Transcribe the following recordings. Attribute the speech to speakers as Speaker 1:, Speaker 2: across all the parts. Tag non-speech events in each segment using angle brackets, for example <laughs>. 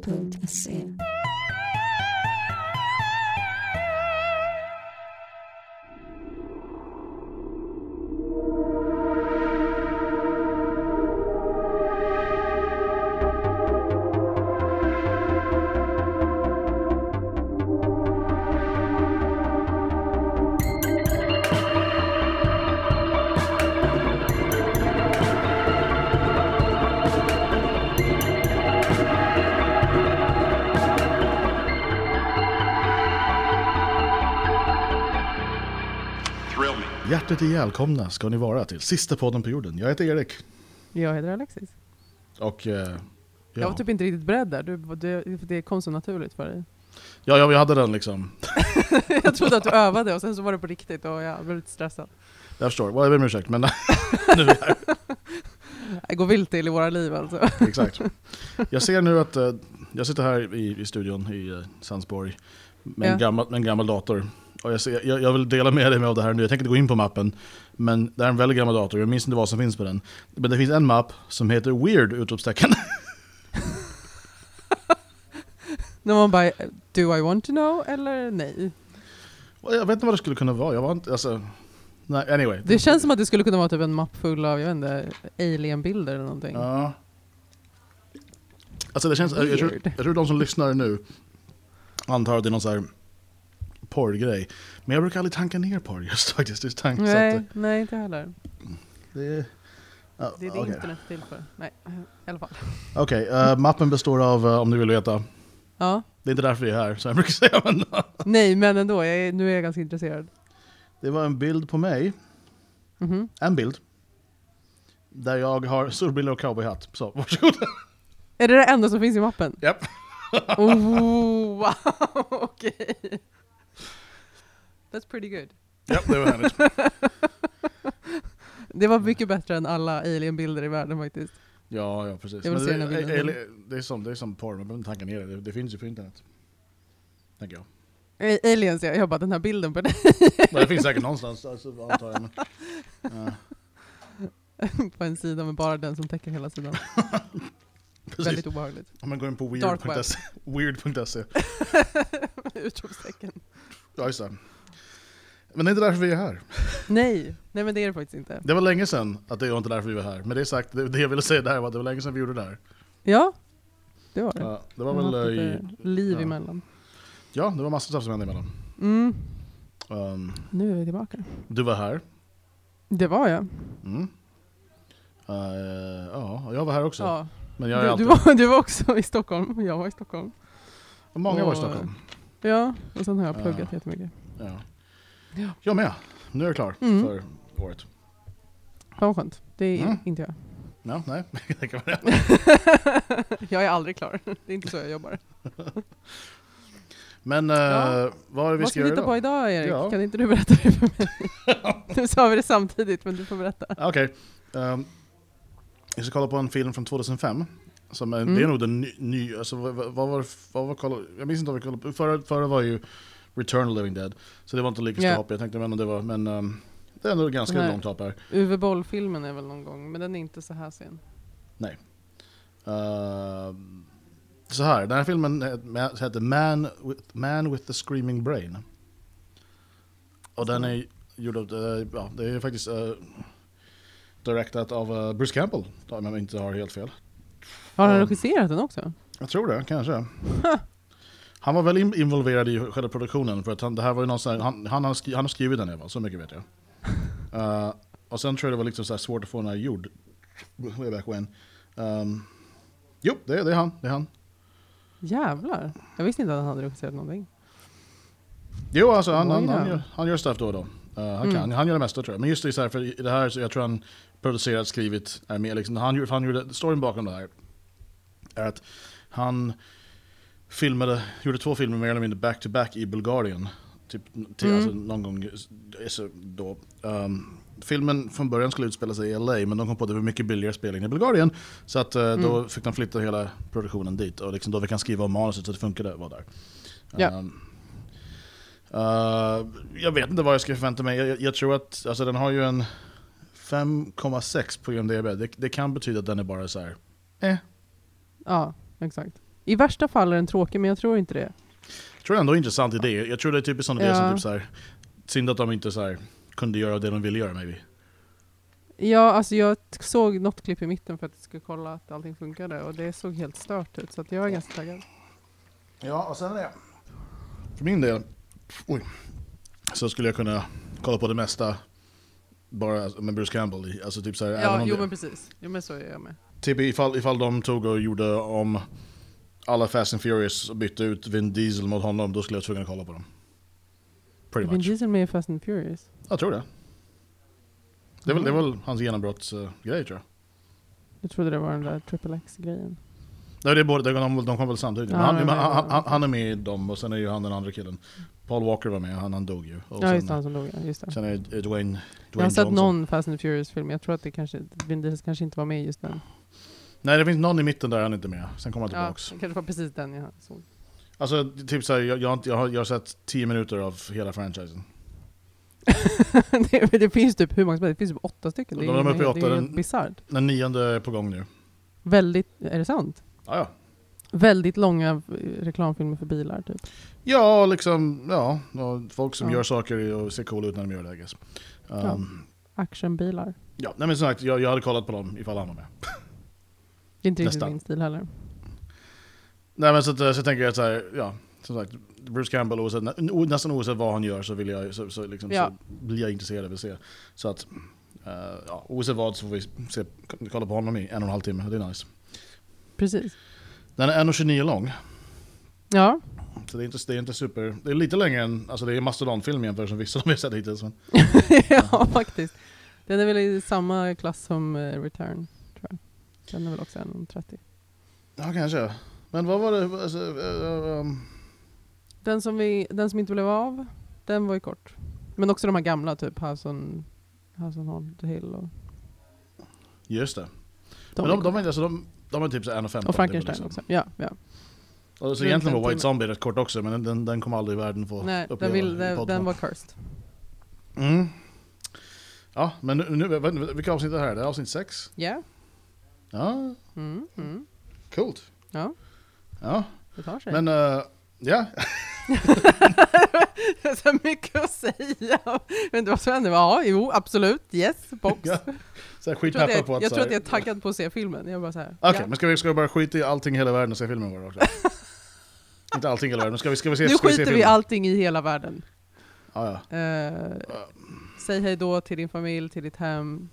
Speaker 1: planeten.se.
Speaker 2: Thrill me.
Speaker 3: Hjärtligt välkomna ska ni vara till sista podden på jorden. Jag heter Erik
Speaker 4: Jag heter Alexis.
Speaker 3: och eh,
Speaker 4: Jag
Speaker 3: ja.
Speaker 4: var typ inte riktigt beredd där. Du, du, det kom så naturligt för <laughs> dig.
Speaker 3: ja, ja, vi hade den liksom.
Speaker 4: Jag trodde att du övade och sen så var det på riktigt och jag blev lite stressad.
Speaker 3: Jag förstår, well, jag ber om ursäkt men <laughs> nu är vi här.
Speaker 4: Det går vilt till i våra liv alltså.
Speaker 3: Exakt. Jag ser nu att eh, jag sitter här i, i studion i eh, Sandsborg med, en
Speaker 4: Ja.
Speaker 3: gammal, med en gammal dator. Och jag, ser, jag, jag vill dela med dig av det här nu, jag tänker inte gå in på mappen. Men det här är en väldigt gammal dator, jag minns inte vad som finns på den. Men det finns en mapp som heter Weird! Utropstecken.
Speaker 4: <laughs>
Speaker 3: <laughs>
Speaker 4: När man bara, do I want to know eller nej?
Speaker 3: Och jag vet inte vad det skulle kunna vara, jag var inte, alltså... Nej, anyway.
Speaker 4: Det känns som att det skulle kunna vara typ en mapp full av, jag vet inte, alienbilder eller någonting.
Speaker 3: Ja. Alltså det känns, jag, jag, tror,
Speaker 4: Weird.
Speaker 3: jag tror de som lyssnar nu antar att det är någon så här porrgrej. Men jag brukar aldrig tanka ner porr just <laughs> faktiskt. Just tank, så att
Speaker 4: Nej, nej inte heller.
Speaker 3: det, det, ja,
Speaker 4: Det är det
Speaker 3: okej.
Speaker 4: internet är till för. Nej, i alla fall.
Speaker 3: Okej, eh, mappen består av, eh, om ni vill veta,
Speaker 4: Ja.
Speaker 3: det är inte därför vi är här som jag brukar <laughs> säga. Men
Speaker 4: Nej, men ändå. Jag är, nu är jag ganska intresserad.
Speaker 3: det var en bild på mig,
Speaker 4: Mhm.
Speaker 3: en bild. Där jag har solbrillor och cowboyhatt. Så varsågod.
Speaker 4: Är det det enda som finns i mappen?
Speaker 3: Japp.
Speaker 4: Oh,
Speaker 3: <laughs>
Speaker 4: wow, <laughs> okej. That's pretty good.
Speaker 3: ja, det var härligt.
Speaker 4: Det var mycket bättre än alla alienbilder i världen faktiskt.
Speaker 3: Ja, ja precis.
Speaker 4: Jag vill
Speaker 3: Men
Speaker 4: se
Speaker 3: det,
Speaker 4: den här bilden.
Speaker 3: eller, det, är som, det är som porr, man behöver inte tanka ner det. det. Det finns ju på internet. Tänker jag.
Speaker 4: Eh, Aliens ja, jag bara den här bilden på <laughs> dig
Speaker 3: Men det finns säkert någonstans, alltså, antar
Speaker 4: <laughs>
Speaker 3: jag. Men, ja,
Speaker 4: på en sida med bara den som täcker hela sidan.
Speaker 3: <laughs> precis. <laughs>
Speaker 4: Väldigt obehagligt.
Speaker 3: Om man går in på
Speaker 4: Dark web.
Speaker 3: weird.se. <laughs> weird.se.
Speaker 4: Utropstecken.
Speaker 3: E. Ja, just det. Men det är inte därför vi är här.
Speaker 4: Nej, nej men det är det faktiskt inte.
Speaker 3: Det var länge sedan att det var inte därför vi var här. Men det är sagt, det, det jag ville säga där var att det var länge sedan vi gjorde det här.
Speaker 4: Ja, det var det.
Speaker 3: Ja, det
Speaker 4: Jag
Speaker 3: var
Speaker 4: har
Speaker 3: väl
Speaker 4: haft
Speaker 3: eh, i,
Speaker 4: lite liv
Speaker 3: ja.
Speaker 4: emellan.
Speaker 3: Ja, det var massor av saker som hände emellan.
Speaker 4: Mm,
Speaker 3: Um,
Speaker 4: nu är vi tillbaka.
Speaker 3: du var här.
Speaker 4: Det var jag.
Speaker 3: Mm. Eh, ja, och jag var här också.
Speaker 4: Ja.
Speaker 3: Men jag är
Speaker 4: Du,
Speaker 3: alltid...
Speaker 4: du, var, du var också i Stockholm, och jag var i Stockholm.
Speaker 3: Många var i
Speaker 4: och-
Speaker 3: Stockholm.
Speaker 4: <laughs> Ja, och sen har jag pluggat
Speaker 3: Ja.
Speaker 4: jättemycket.
Speaker 3: Ja.
Speaker 4: Ja.
Speaker 3: Jag med. Nu är jag klar
Speaker 4: Mm.
Speaker 3: för året.
Speaker 4: Fan vad skönt. Det är
Speaker 3: Mm.
Speaker 4: inte jag.
Speaker 3: Ja, nej, <laughs> det kan man
Speaker 4: <laughs> jag är aldrig klar. Det är inte så jag jobbar.
Speaker 3: Men eh,
Speaker 4: Ja.
Speaker 3: vad är det vi
Speaker 4: Vad
Speaker 3: ska
Speaker 4: ska vi
Speaker 3: göra
Speaker 4: hitta på
Speaker 3: idag?
Speaker 4: idag Erik?
Speaker 3: Ja.
Speaker 4: Kan inte du berätta det för mig?
Speaker 3: <laughs>
Speaker 4: nu sa vi det samtidigt men du får berätta.
Speaker 3: Ah, Okej. Ehm, jag ska kolla på en film från 2005. Som är, Det är
Speaker 4: Mm.
Speaker 3: nog den nya... Ny, alltså, vad, vad vad var vad var kolla, Jag minns inte vad vi kollade på. Förra, förra var ju Return of the Living Dead. Så det var inte lika stort
Speaker 4: Ja.
Speaker 3: hopp. Jag tänkte men det var... Men ehm, det är ändå ganska
Speaker 4: Nej.
Speaker 3: långt hopp här.
Speaker 4: Uwe Boll-filmen är väl någon gång, men den är inte så här sen.
Speaker 3: Ehm, så här, den här filmen het- heter Man with, Man with the Screaming Brain. Och den är gjord av, eh, ja, det är faktiskt uh, directat av eh, Bruce Campbell, om jag inte har helt fel.
Speaker 4: Har han
Speaker 3: Ja.
Speaker 4: regisserat den också?
Speaker 3: Jag tror det, kanske. Han var väl in- involverad i själva produktionen för att han, det här var ju någon sån här, han, han, har skri, han har skrivit den i alla fall, så mycket vet jag. Eh, och sen tror jag det var liksom så här svårt att få den här gjord. Way back when. Ehm, jo, det, det är han. Det är han.
Speaker 4: Jävlar! Jag visste inte att han hade regisserat någonting.
Speaker 3: Jo, alltså han, han,
Speaker 4: Oj då.
Speaker 3: han, gör, han gör stuff då och då. Eh, han,
Speaker 4: Mm.
Speaker 3: kan, han gör det mesta tror jag. Men just det, så här, för i det här så jag tror han producerat, skrivit, är med. Liksom, han, gjorde- han gjorde, storyn bakom det här är att han filmade, gjorde två filmer mer eller mindre back-to-back i Bulgarien. Typ till,
Speaker 4: Mm.
Speaker 3: alltså, någon gång eh, så då. Ehm, filmen från början skulle utspela sig i LA men de kom på att det var mycket billigare spelning i Bulgarien. Så att, eh,
Speaker 4: Mm.
Speaker 3: då fick de flytta hela produktionen dit och liksom, då vi kan skriva om manuset så det funkade var där.
Speaker 4: Ja.
Speaker 3: Ehm, eh, jag vet inte vad jag ska förvänta mig. Jag, jag, jag tror att alltså, den har ju en 5,6 på IMDB. Det, det kan betyda att den är bara så här. Eh,
Speaker 4: Ja, exakt. I värsta fall är den tråkig, men jag tror inte det.
Speaker 3: Jag tror ändå det är en intressant idé. Jag tror det är typiskt sån idé som
Speaker 4: Ja.
Speaker 3: typ såhär, synd att de inte såhär, kunde göra det de ville göra maybe.
Speaker 4: Ja, alltså jag t- såg något klipp i mitten för att jag skulle kolla att allting funkade och det såg helt stört ut så att jag är ganska taggad.
Speaker 3: Ja, och sen är För min del, oj, så skulle jag kunna kolla på det mesta bara med Bruce Campbell i. Alltså typ såhär, även
Speaker 4: Ja,
Speaker 3: om
Speaker 4: jo
Speaker 3: det,
Speaker 4: men precis. Jo men så är jag med.
Speaker 3: typ ifall, ifall de tog och gjorde om alla Fast and Furious och bytte ut Vin Diesel mot honom, då skulle jag tvungen att kolla på dem. Pretty
Speaker 4: Vin
Speaker 3: much.
Speaker 4: Diesel med i Fast and Furious?
Speaker 3: Jag tror det. Det är väl, det är väl hans genombrottsgrej tror jag.
Speaker 4: Jag trodde det var den där Triple X-grejen.
Speaker 3: Nej, det är både, de, de kom väl samtidigt.
Speaker 4: Ja,
Speaker 3: men han,
Speaker 4: de är
Speaker 3: men,
Speaker 4: med
Speaker 3: han,
Speaker 4: båda.
Speaker 3: han, han är med i dem och sen är ju han den andra killen. Paul Walker var med, han, han dog ju. Och
Speaker 4: Ja,
Speaker 3: sen,
Speaker 4: just det, han som dog. ja, Just det.
Speaker 3: sen är det Dwayne, Dwayne
Speaker 4: Jag har sett
Speaker 3: Johnson.
Speaker 4: någon Fast and Furious-film, jag tror att det kanske, Vin Diesel kanske inte var med i just den.
Speaker 3: Nej, det finns någon i mitten där han är inte med. Sen kommer han
Speaker 4: Ja,
Speaker 3: tillbaks.
Speaker 4: det kanske var precis den jag såg.
Speaker 3: Alltså, typ såhär, jag, jag, har inte- jag, har, jag har sett 10 minuter av hela franchisen.
Speaker 4: <laughs> det, det finns typ hur många som helst, det finns typ åtta stycken. Det är,
Speaker 3: De är uppe i
Speaker 4: ju-
Speaker 3: åtta,
Speaker 4: det är
Speaker 3: den-
Speaker 4: helt bisarrt.
Speaker 3: Den nionde är på gång nu.
Speaker 4: Väldigt, är det sant?
Speaker 3: Ah, ja.
Speaker 4: Väldigt långa eh, reklamfilmer för bilar typ.
Speaker 3: ja, liksom, ja. och Folk som
Speaker 4: Ja.
Speaker 3: gör saker och ser coola ut när de gör det, I guess. Um,
Speaker 4: Ja.
Speaker 3: ja.
Speaker 4: Actionbilar.
Speaker 3: nej men som sagt, jag, jag hade kollat på dem ifall han var med.
Speaker 4: Det är inte riktigt
Speaker 3: Nästan.
Speaker 4: min stil heller.
Speaker 3: Nej men så, att, eh, så tänker jag att så här, ja, som sagt, Bruce Campbell, oavsett, nä- o- nästan oavsett vad han gör så, vill jag, så, så, liksom,
Speaker 4: Ja.
Speaker 3: så blir jag intresserad av att se. Så att, eh, ja, oavsett vad så får vi se, kolla på honom i en och en halv timme, det är nice.
Speaker 4: Precis.
Speaker 3: Den är 1,29 lång,
Speaker 4: Ja, <laughs>
Speaker 3: så det är inte, det är inte super, det är lite längre än, alltså det är mastodonfilm jämfört med vissa vi har sett hittills. Men,
Speaker 4: ja faktiskt. Den är väl i samma klass som eh, Return, tror jag. Den är väl också 1.30.
Speaker 3: ja kanske. Men vad var det, alltså, eh, um,
Speaker 4: Den som, vi, den som inte blev av, den var ju kort. Men också de här gamla, typ House on, House on Hold Hill och
Speaker 3: just det.
Speaker 4: de.
Speaker 3: men
Speaker 4: är
Speaker 3: de, de,
Speaker 4: korta.
Speaker 3: är, alltså, de, de är typ så här 1,15.
Speaker 4: och Frankenstein
Speaker 3: liksom.
Speaker 4: också. Ja, ja.
Speaker 3: Och så
Speaker 4: Runt
Speaker 3: egentligen
Speaker 4: en
Speaker 3: var White
Speaker 4: timme.
Speaker 3: Zombie rätt kort också, men den, den, den kommer aldrig världen få
Speaker 4: Nej, den,
Speaker 3: uppleva
Speaker 4: vill,
Speaker 3: i
Speaker 4: den,
Speaker 3: podden.
Speaker 4: den var cursed.
Speaker 3: Mm. Ja, men nu, nu, vad- vilka avsnitt är det här? Det är avsnitt sex?
Speaker 4: Ja.
Speaker 3: Ja,
Speaker 4: Mm, mm.
Speaker 3: coolt.
Speaker 4: Ja,
Speaker 3: Ja,
Speaker 4: det tar sig. <laughs>
Speaker 3: men eh, ja,
Speaker 4: så mycket att säga. Men det var så hände. Ja, jo, absolut. Yes, box.
Speaker 3: Ja, så här
Speaker 4: Jag tror, att
Speaker 3: skitpeppar
Speaker 4: jag,
Speaker 3: på att
Speaker 4: jag
Speaker 3: så
Speaker 4: tror
Speaker 3: här-
Speaker 4: att jag är taggad på att se filmen. Jag bara så här.
Speaker 3: Okej,
Speaker 4: ja.
Speaker 3: men ska vi, ska vi bara skita i allting i hela världen och se filmen bara också?
Speaker 4: <laughs>
Speaker 3: Inte allting i hela världen, men ska vi, ska vi se,
Speaker 4: Nu
Speaker 3: ska vi se
Speaker 4: skiter vi i
Speaker 3: filmen?
Speaker 4: allting i hela världen.
Speaker 3: Ja, ja.
Speaker 4: Eh, säg hej då till din familj, till ditt hem,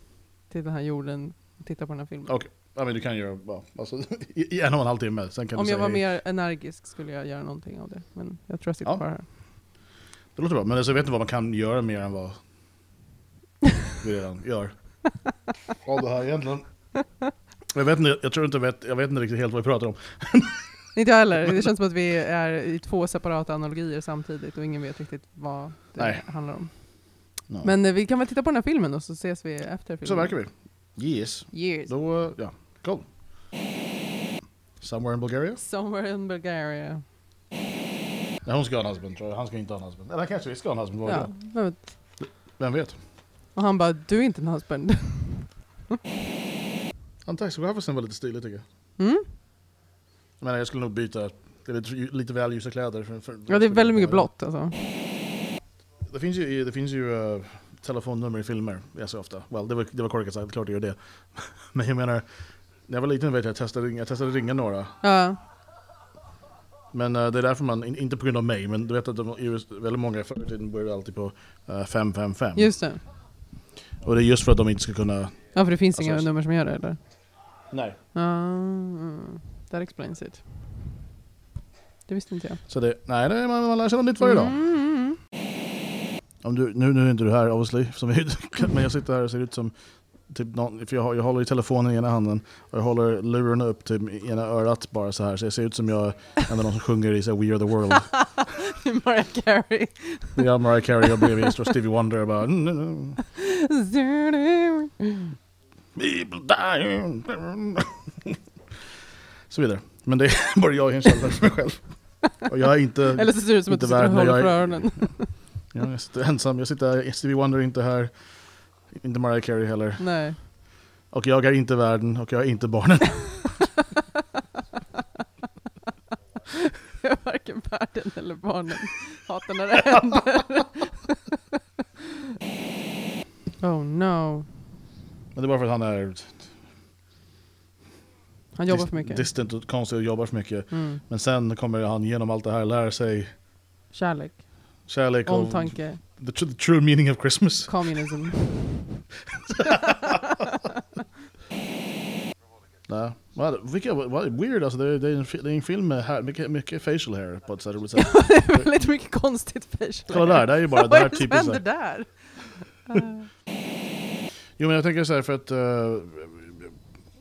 Speaker 4: till den här jorden. Titta på den här filmen.
Speaker 3: Okej. ja, men du kan göra bara, alltså, <laughs> i, i en och en halv timme, sen kan
Speaker 4: Om
Speaker 3: du
Speaker 4: jag
Speaker 3: säga
Speaker 4: var
Speaker 3: hej.
Speaker 4: mer energisk skulle jag göra någonting av det. Men jag tror jag sitter
Speaker 3: Ja.
Speaker 4: kvar här.
Speaker 3: Det låter bra, men alltså, jag vet inte vad man kan göra mer än vad vi redan gör. <laughs> Av det här egentligen. Jag vet inte, jag tror inte, jag vet, jag vet inte riktigt helt vad vi pratar om.
Speaker 4: Inte jag heller.
Speaker 3: <laughs>
Speaker 4: Det känns som att vi är i två separata analogier samtidigt och ingen vet riktigt vad det
Speaker 3: Nej.
Speaker 4: handlar om.
Speaker 3: Nej.
Speaker 4: Men eh, vi kan väl titta på den här filmen och så ses vi efter filmen.
Speaker 3: Så verkar vi. Yes.
Speaker 4: Years.
Speaker 3: Då, eh, ja, cool. Somewhere in Bulgaria?
Speaker 4: Somewhere in Bulgaria.
Speaker 3: Nej, hon ska ha en husband tror jag. Han ska inte ha en husband. Eller han kanske ska ha en husband, vad vet
Speaker 4: Ja.
Speaker 3: jag?
Speaker 4: vem vet.
Speaker 3: Vem vet?
Speaker 4: Och han bara, du är inte en husband.
Speaker 3: Antaxigrafersen var lite stilig tycker jag.
Speaker 4: Mm?
Speaker 3: Jag menar, jag skulle nog byta det är lite, lite väl ljusa kläder. För, för,
Speaker 4: Ja, det är väldigt mycket blått alltså.
Speaker 3: Det finns ju, i- det finns ju eh, telefonnummer i filmer, jag ser ofta. Well, det var, det var korkat sagt, klart det gör det. <laughs> Men jag menar, när jag var liten vet jag, jag testade, ringa- jag testade ringa några.
Speaker 4: Ja,
Speaker 3: Men eh, det är därför man, in, inte på grund av mig, men du vet att de, i US väldigt många förr i tiden började alltid på eh, 555.
Speaker 4: just det.
Speaker 3: Och det är just för att de inte ska kunna...
Speaker 4: Ja, för det finns
Speaker 3: Alltså,
Speaker 4: inga
Speaker 3: så-
Speaker 4: nummer som gör det eller?
Speaker 3: Nej.
Speaker 4: Ah, mm. that explains it. Det visste inte jag.
Speaker 3: Så det, nej, det, man, man lär sig något nytt varje dag.
Speaker 4: Mm, mm, mm.
Speaker 3: Om du, nu, nu är inte du här obviously, som vi, <laughs> men jag sitter här och ser ut som Typ någon, för jag, har- jag håller i telefonen i ena handen och jag håller luren upp typ, i ena örat bara så här så jag ser ut som jag ändå någon som sjunger i så här, We Are The World.
Speaker 4: <laughs> Mariah Carey.
Speaker 3: Det är Mariah Carey och bredvid står Stevie Wonder och bara... "Mm, mm, mm. People die. Så vidare. Men det är <laughs> bara jag i en källare för mig själv. Och jag är inte...
Speaker 4: Eller så ser det ut som att
Speaker 3: Inte
Speaker 4: du sitter och
Speaker 3: värd när
Speaker 4: håller
Speaker 3: jag
Speaker 4: för
Speaker 3: är-
Speaker 4: öronen.
Speaker 3: Jag är st- ensam, jag sitter här, Stevie Wonder är inte här. Inte Mariah Carey heller.
Speaker 4: <laughs> Nej. <laughs>
Speaker 3: Och jag är inte världen och jag är inte barnen.
Speaker 4: Jag är varken världen eller barnen. Hatar när det <laughs> händer. oh no.
Speaker 3: Men det är bara för att han är
Speaker 4: Han jobbar
Speaker 3: dis-
Speaker 4: för mycket.
Speaker 3: distant och konstig och jobbar för mycket.
Speaker 4: Mm.
Speaker 3: Men sen kommer han genom allt det här lära sig
Speaker 4: Kärlek,
Speaker 3: kärlek och
Speaker 4: omtanke,
Speaker 3: the, tr- the true meaning of Christmas. <laughs>
Speaker 4: kommunism.
Speaker 3: Nej. Vad, vilka, vad, weird alltså, det är, det, är en, fi- det är en film med här, mycket, mycket facial hair på ett så här roligt
Speaker 4: <laughs>
Speaker 3: sätt.
Speaker 4: <laughs> Väldigt mycket konstigt facial
Speaker 3: Kolla där, det är ju bara det
Speaker 4: <laughs> Vad
Speaker 3: här
Speaker 4: är det som
Speaker 3: typiskt. så
Speaker 4: händer
Speaker 3: här-
Speaker 4: där? Eh,
Speaker 3: Jo men jag tänker så här för att eh,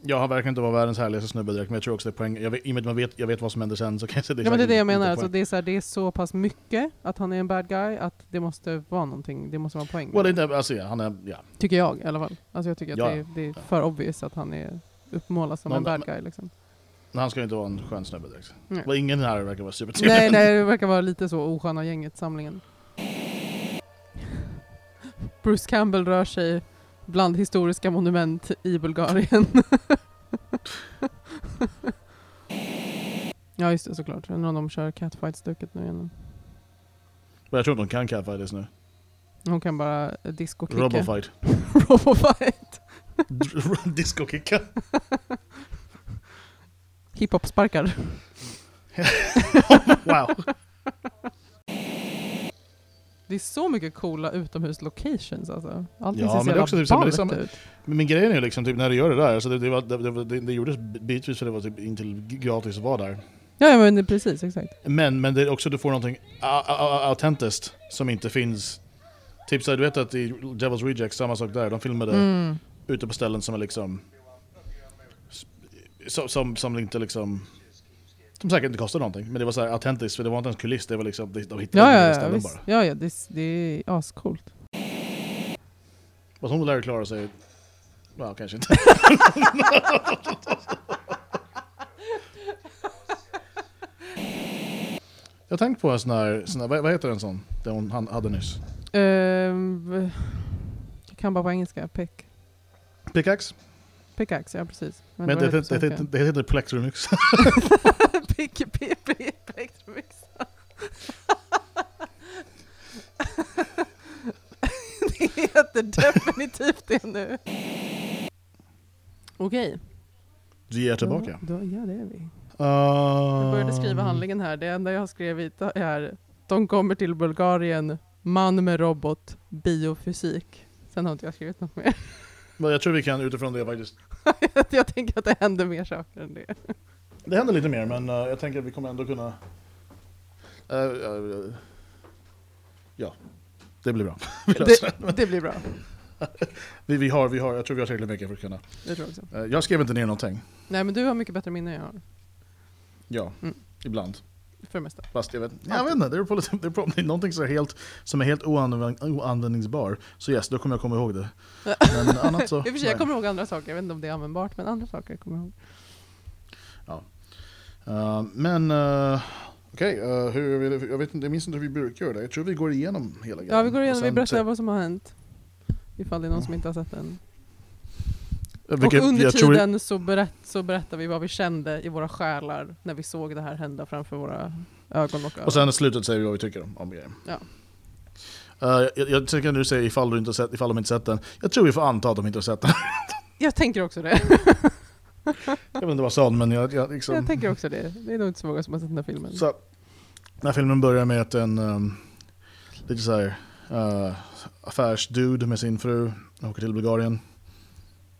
Speaker 3: jag har verkligen inte varit världens härligaste snubbe direkt men jag tror också det är poäng. Jag vet, I och med att man vet, jag vet vad som händer sen så kan jag säga det är
Speaker 4: ja, men <laughs> det är
Speaker 3: säkert
Speaker 4: det jag
Speaker 3: lite
Speaker 4: menar,
Speaker 3: poäng.
Speaker 4: alltså, det, är så här, det är så pass mycket att han är en bad guy att det måste vara någonting, det måste vara en poäng.
Speaker 3: Well, det är inte, alltså, ja, han är, ja.
Speaker 4: Tycker jag i alla fall. Alltså jag tycker att
Speaker 3: Ja,
Speaker 4: det, är, det är för obvious att han är uppmålad som
Speaker 3: Någon-
Speaker 4: en bad guy liksom.
Speaker 3: Men han ska ju inte vara en skön snubbe direkt.
Speaker 4: Nej.
Speaker 3: Och ingen här verkar vara <laughs> supertrevlig.
Speaker 4: Nej, nej, det verkar vara lite så osköna gänget-samlingen. Bruce Campbell rör sig bland historiska monument i Bulgarien. <laughs> ja, just det såklart. Undrar om de kör catfight-stuket nu igen.
Speaker 3: Men jag tror inte de kan catfight just nu.
Speaker 4: Hon kan bara eh, disco-kicka.
Speaker 3: <laughs> Robofight.
Speaker 4: <laughs> Robofight.
Speaker 3: Disco-kicka.
Speaker 4: Hiphop-sparkar.
Speaker 3: <laughs> Wow.
Speaker 4: Det är så mycket coola utomhus-locations alltså. Allting
Speaker 3: Ja,
Speaker 4: ser
Speaker 3: men det är också
Speaker 4: så jävla
Speaker 3: typ så här, men det är
Speaker 4: ballt
Speaker 3: samma-
Speaker 4: ut.
Speaker 3: Men min grej är ju liksom typ när du gör det där, alltså det, det, var, det, det, det, det gjordes bitvis för det var typ intill gratis att vara där.
Speaker 4: Ja, ja, men det- precis, exakt.
Speaker 3: Men, men det är också du får någonting a- a- a- autentiskt som inte finns. Typ såhär, du vet att i Devil's Rejects, samma sak där, de filmade
Speaker 4: Mm.
Speaker 3: ute på ställen som är liksom... Som, som, som inte liksom... Som säkert inte kostar någonting, men det var så här autentiskt för det var inte ens kuliss, det var liksom... De hittade
Speaker 4: Ja,
Speaker 3: det
Speaker 4: ja,
Speaker 3: på
Speaker 4: ja,
Speaker 3: ställen
Speaker 4: visst.
Speaker 3: bara.
Speaker 4: ja, ja det, det är ascoolt.
Speaker 3: Fast hon lär ju klara sig... Ja, kanske inte. Jag har tänkt på en sån här, sån här vad, vad heter en sån? Den hon han hade nyss.
Speaker 4: Ehm, jag kan bara på engelska. Pick.
Speaker 3: Pickaxe?
Speaker 4: Pickaxe, ja precis. Men
Speaker 3: Men
Speaker 4: vad
Speaker 3: det,
Speaker 4: heter
Speaker 3: det, det, det,
Speaker 4: svenska?
Speaker 3: det heter Plexrumix.
Speaker 4: liksom- <laughs> Pick, pick, pick, <laughs> plektrumix. det heter definitivt det nu. Okej.
Speaker 3: <laughs> Vi är tillbaka. Ah.
Speaker 4: Då, då, ja, det är vi. Jag
Speaker 3: Jag
Speaker 4: började skriva handlingen här. Det enda jag har skrivit är de kommer till Bulgarien, man med robot, biofysik. Sen har inte jag skrivit något mer.
Speaker 3: Men jag tror vi kan utifrån det faktiskt.
Speaker 4: <laughs> jag tänker att det händer mer saker än det.
Speaker 3: Det händer lite mer men eh, jag tänker att vi kommer ändå kunna... Eh, eh, ja, det blir bra. <laughs> Vi, löser det.
Speaker 4: Det, det blir bra.
Speaker 3: vi, vi, har, vi har, jag tror vi har tillräckligt mycket för att kunna...
Speaker 4: Det tror jag också.
Speaker 3: Eh, jag skrev inte ner någonting.
Speaker 4: Nej men du har mycket bättre minne än jag har.
Speaker 3: Ja,
Speaker 4: Mm.
Speaker 3: ibland.
Speaker 4: För det mesta.
Speaker 3: Fast jag vet, jag vet inte, det är på, lite- det är på, det är någonting som är helt, som är helt oanvänd, oanvändningsbar. Så yes, då kommer jag komma ihåg det.
Speaker 4: <laughs>
Speaker 3: Men annat så...
Speaker 4: I och för sig,
Speaker 3: nej.
Speaker 4: jag kommer ihåg andra saker. Jag vet inte om det är användbart, men andra saker kommer jag ihåg.
Speaker 3: Eh, men eh, okej, eh, hur vi- jag, vet inte, jag minns inte hur vi brukar göra det. Jag tror vi går igenom hela grejen.
Speaker 4: Ja, vi går
Speaker 3: Och
Speaker 4: igenom,
Speaker 3: sen
Speaker 4: vi berättar
Speaker 3: säger-
Speaker 4: vad som har hänt. Ifall det är någon som inte har sett den.
Speaker 3: Vilket
Speaker 4: och under
Speaker 3: jag tror-
Speaker 4: tiden så, berätt, så berättar vi vad vi kände i våra själar när vi såg det här hända framför våra ögon och öron.
Speaker 3: Och sen i slutet säger vi vad vi tycker om, om grejen.
Speaker 4: Ja.
Speaker 3: Eh, jag, jag tycker du säger ifall, du inte har sett, ifall de inte sett den. Jag tror vi får anta att de inte har sett den. <laughs>
Speaker 4: Jag tänker också
Speaker 3: Liksom.
Speaker 4: det.
Speaker 3: jag vet inte vad jag sa, men jag, jag, liksom,
Speaker 4: <laughs> Jag tänker också det. Det är nog inte så många som har sett den här filmen.
Speaker 3: Så, den här filmen börjar med att en um, lite så här, eh, affärsdude med sin fru åker till Bulgarien.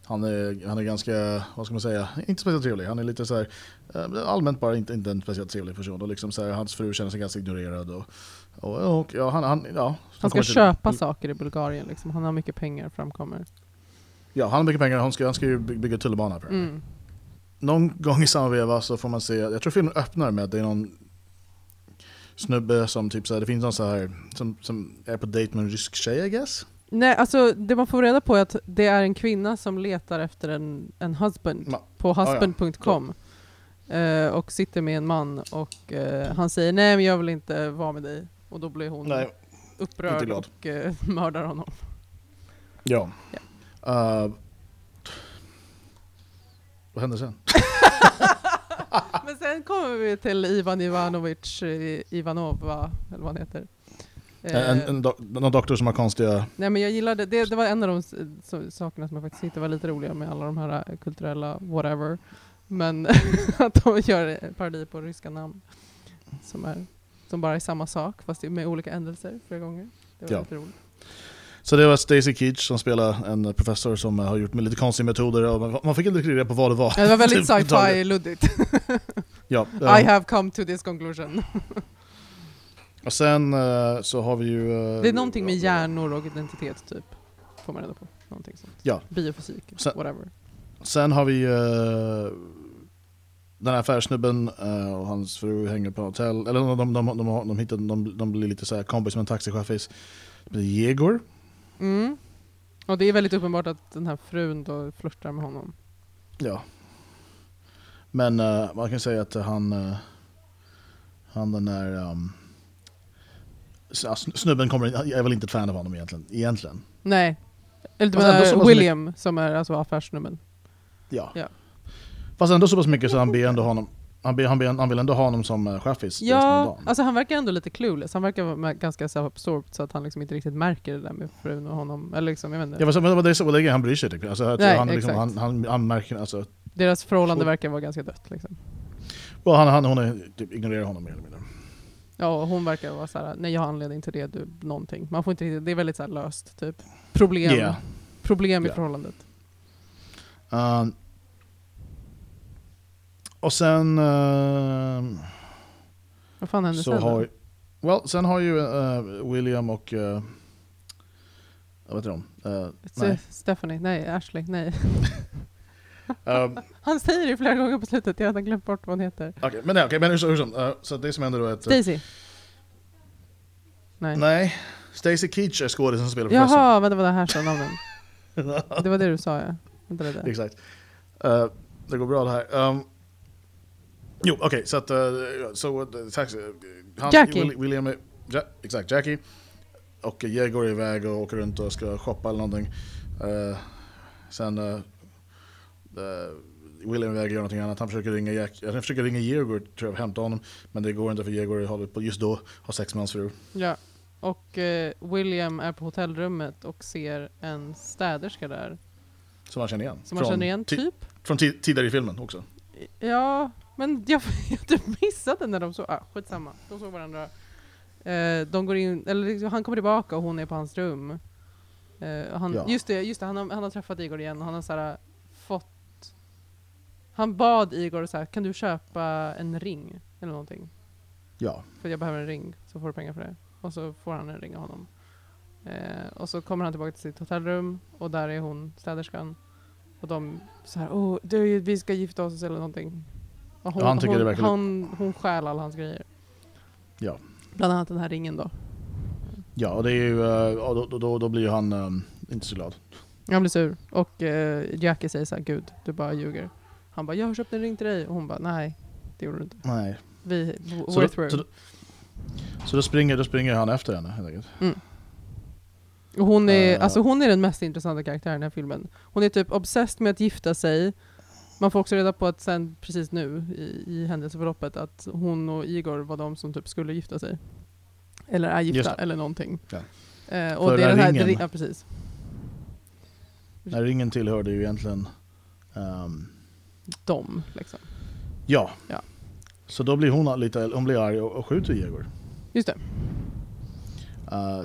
Speaker 3: Han är, han är ganska, vad ska man säga, inte speciellt trevlig. Han är lite så här, eh, allmänt bara inte, inte en speciellt trevlig person. Och liksom så här, hans fru känner sig ganska ignorerad. Och, och, och, ja, han, han, ja,
Speaker 4: Han ska
Speaker 3: kommer Mm. till-
Speaker 4: köpa saker i Bulgarien liksom. Han har mycket pengar framkommer.
Speaker 3: Ja, han har mycket pengar. Han ska, han ska ju by- bygga tunnelbana. apparently.
Speaker 4: Mm.
Speaker 3: någon gång i samma veva så får man se, jag tror filmen öppnar med att det är någon snubbe som typ såhär, det finns någon så här som, som är på dejt med en rysk tjej I guess.
Speaker 4: Nej, alltså det man får reda på är att det är en kvinna som letar efter en, en husband
Speaker 3: Ma- Ah,
Speaker 4: på
Speaker 3: ja.
Speaker 4: husband.com. Eh, och sitter med en man och eh, han säger nej men jag vill inte vara med dig. Och då blir hon
Speaker 3: Nej, inte
Speaker 4: upprörd
Speaker 3: glad.
Speaker 4: och eh, <laughs> mördar honom.
Speaker 3: ja. Uh, vad händer sen?
Speaker 4: men sen kommer vi till Ivan Ivanovic eh, Ivanova, eller vad han heter. Eh,
Speaker 3: En, en, do, någon doktor som har konstiga...
Speaker 4: Nej men jag gillade, det, det var en av de s- s- sakerna som jag faktiskt tyckte var lite roliga med alla de här eh, kulturella whatever. Men <laughs> att de gör parodi på ryska namn som, är, som bara är samma sak fast med olika ändelser flera gånger. Det var
Speaker 3: Ja.
Speaker 4: lite roligt.
Speaker 3: Så det var Stacy Keach som spelar en professor som har gjort med lite konstiga metoder. Och man- man fick inte riktigt reda på vad det var.
Speaker 4: Ja, det var väldigt
Speaker 3: <laughs> Typ,
Speaker 4: sci-fi luddigt.
Speaker 3: Ja,
Speaker 4: I
Speaker 3: eh,
Speaker 4: have come to this conclusion.
Speaker 3: och sen eh, så har vi ju... eh,
Speaker 4: Det är någonting med hjärnor och identitet typ. Får man reda på. Någonting sånt.
Speaker 3: Ja.
Speaker 4: Biofysik,
Speaker 3: Sen-
Speaker 4: whatever.
Speaker 3: Sen har vi eh, den här affärssnubben eh, och hans fru hänger på hotell. Eller de, de, de, de, de, de, hittar- de, de blir lite så här kompis med en taxichaufför. Det är Jegor.
Speaker 4: Mm. Och det är väldigt uppenbart att den här frun då flörtar med honom.
Speaker 3: Ja. Men eh, man kan säga att han, eh, han den där um, s- ja, sn- snubben kommer, in- jag är väl inte ett fan av honom egentligen. egentligen.
Speaker 4: Nej. Eller du
Speaker 3: Fast ändå så
Speaker 4: menar
Speaker 3: pass
Speaker 4: William som är alltså affärsnummen.
Speaker 3: Ja.
Speaker 4: Ja.
Speaker 3: Fast ändå så pass mycket så han ber ändå honom, han, ber, han, ber, han vill ändå ha honom som eh, chaffis resten av
Speaker 4: Ja,
Speaker 3: dagen.
Speaker 4: alltså han verkar ändå lite clueless. Han verkar vara ganska self-absorbed så att han liksom inte riktigt märker det där med frun och honom. Eller liksom, jag vet inte.
Speaker 3: Ja, fast, men vad det är så- vad det är han bryr sig typ. Alltså, att
Speaker 4: Nej,
Speaker 3: han, liksom,
Speaker 4: exakt.
Speaker 3: han, han, han märker, alltså,
Speaker 4: Deras förhållande
Speaker 3: Så-
Speaker 4: verkar vara ganska dött liksom.
Speaker 3: well, han, han, hon är, typ, ignorerar honom mer eller mindre.
Speaker 4: Ja, och hon verkar vara så här: nej jag har anledning till det, du, någonting. Man får inte riktigt, det är väldigt så här löst typ. Problem,
Speaker 3: Yeah.
Speaker 4: problem i
Speaker 3: Ja.
Speaker 4: förhållandet.
Speaker 3: Ehm, och sen... ehm,
Speaker 4: Vad fan händer
Speaker 3: så
Speaker 4: sen? då?
Speaker 3: har, well, sen har ju eh, William och... eh, vad heter de? Eh,
Speaker 4: Se-
Speaker 3: nej.
Speaker 4: Stephanie, nej Ashley, nej. <laughs>
Speaker 3: Ehm,
Speaker 4: Han säger det flera gånger på slutet, jag hade glömt bort vad hon heter.
Speaker 3: okej, men nej, okej, men hur som- hur som. eh, så det som händer då är att... eh,
Speaker 4: Daisy. Nej.
Speaker 3: nej, Stacy Keach är skådisen som spelar professor.
Speaker 4: Jaha, vänta, vänta, här står namnen. Det var det du sa ja. Vänta, det där.
Speaker 3: Exakt. Eh, det går bra det här. Ehm, jo, okej, så att... eh, så, eh, taxi, han,
Speaker 4: Jackie.
Speaker 3: Will- William är, ja, exakt, Jackie. Och eh, Jay går iväg och åker runt och ska shoppa eller någonting. Eh, sen... eh, eh, William vägrar göra någonting annat. Han försöker ringa Jack. Han försöker ringa Georg tror jag, hämta honom. Men det går inte för Georg håller på just då har sex med hans fru.
Speaker 4: Ja. Och eh, William är på hotellrummet och ser en städerska där.
Speaker 3: Som han känner igen.
Speaker 4: Som man känner igen,
Speaker 3: ti-
Speaker 4: typ.
Speaker 3: Från ti- tidigare i filmen också.
Speaker 4: Ja, men <laughs> jag, jag typ missade när de såg... Ah, skitsamma, de såg varandra. Eh, de går in, eller liksom, han kommer tillbaka och hon är på hans rum. Eh, och han,
Speaker 3: Ja.
Speaker 4: Just det, just det han, har, han har träffat Igor igen och han har så här, eh, fått... Han bad Igor så här, kan du köpa en ring eller någonting?
Speaker 3: Ja.
Speaker 4: För jag behöver en ring, så får du pengar för det. Och så får han en ring av honom. Eh, och så kommer han tillbaka till sitt hotellrum och där är hon, städerskan. Och de så här, åh, du, vi ska gifta oss eller någonting. Och hon,
Speaker 3: Ja, han tycker
Speaker 4: hon,
Speaker 3: det verkar-
Speaker 4: hon, hon stjäl alla hans grejer.
Speaker 3: Ja.
Speaker 4: Bland annat den här ringen då.
Speaker 3: Ja, och det är ju, eh, ja, då, då, då blir ju han ehm, inte så glad.
Speaker 4: Han blir sur och eh, Jackie säger så här, gud, du bara ljuger. Han bara, jag har köpt en ring till dig. Och hon bara, nej, det gjorde du inte.
Speaker 3: Nej.
Speaker 4: Vi,
Speaker 3: Så
Speaker 4: we're
Speaker 3: då,
Speaker 4: through.
Speaker 3: så, då, så då, springer, då springer han efter henne helt enkelt.
Speaker 4: Och Hon är,
Speaker 3: Eh.
Speaker 4: alltså hon är den mest intressanta karaktären i den här filmen. Hon är typ obsessed med att gifta sig. Man får också reda på att sen precis nu i, i händelseförloppet att hon och Igor var de som typ skulle gifta sig. Eller är
Speaker 3: Just
Speaker 4: gifta
Speaker 3: det.
Speaker 4: eller någonting.
Speaker 3: Ja.
Speaker 4: Eh, och
Speaker 3: För
Speaker 4: det är
Speaker 3: den
Speaker 4: den här,
Speaker 3: ringen.
Speaker 4: ringen. Ja, precis.
Speaker 3: Den här ringen tillhörde ju egentligen... ehm,
Speaker 4: De liksom.
Speaker 3: ja.
Speaker 4: Ja.
Speaker 3: Så då blir hon lite hon blir arg och, och skjuter Jegor.
Speaker 4: Just det.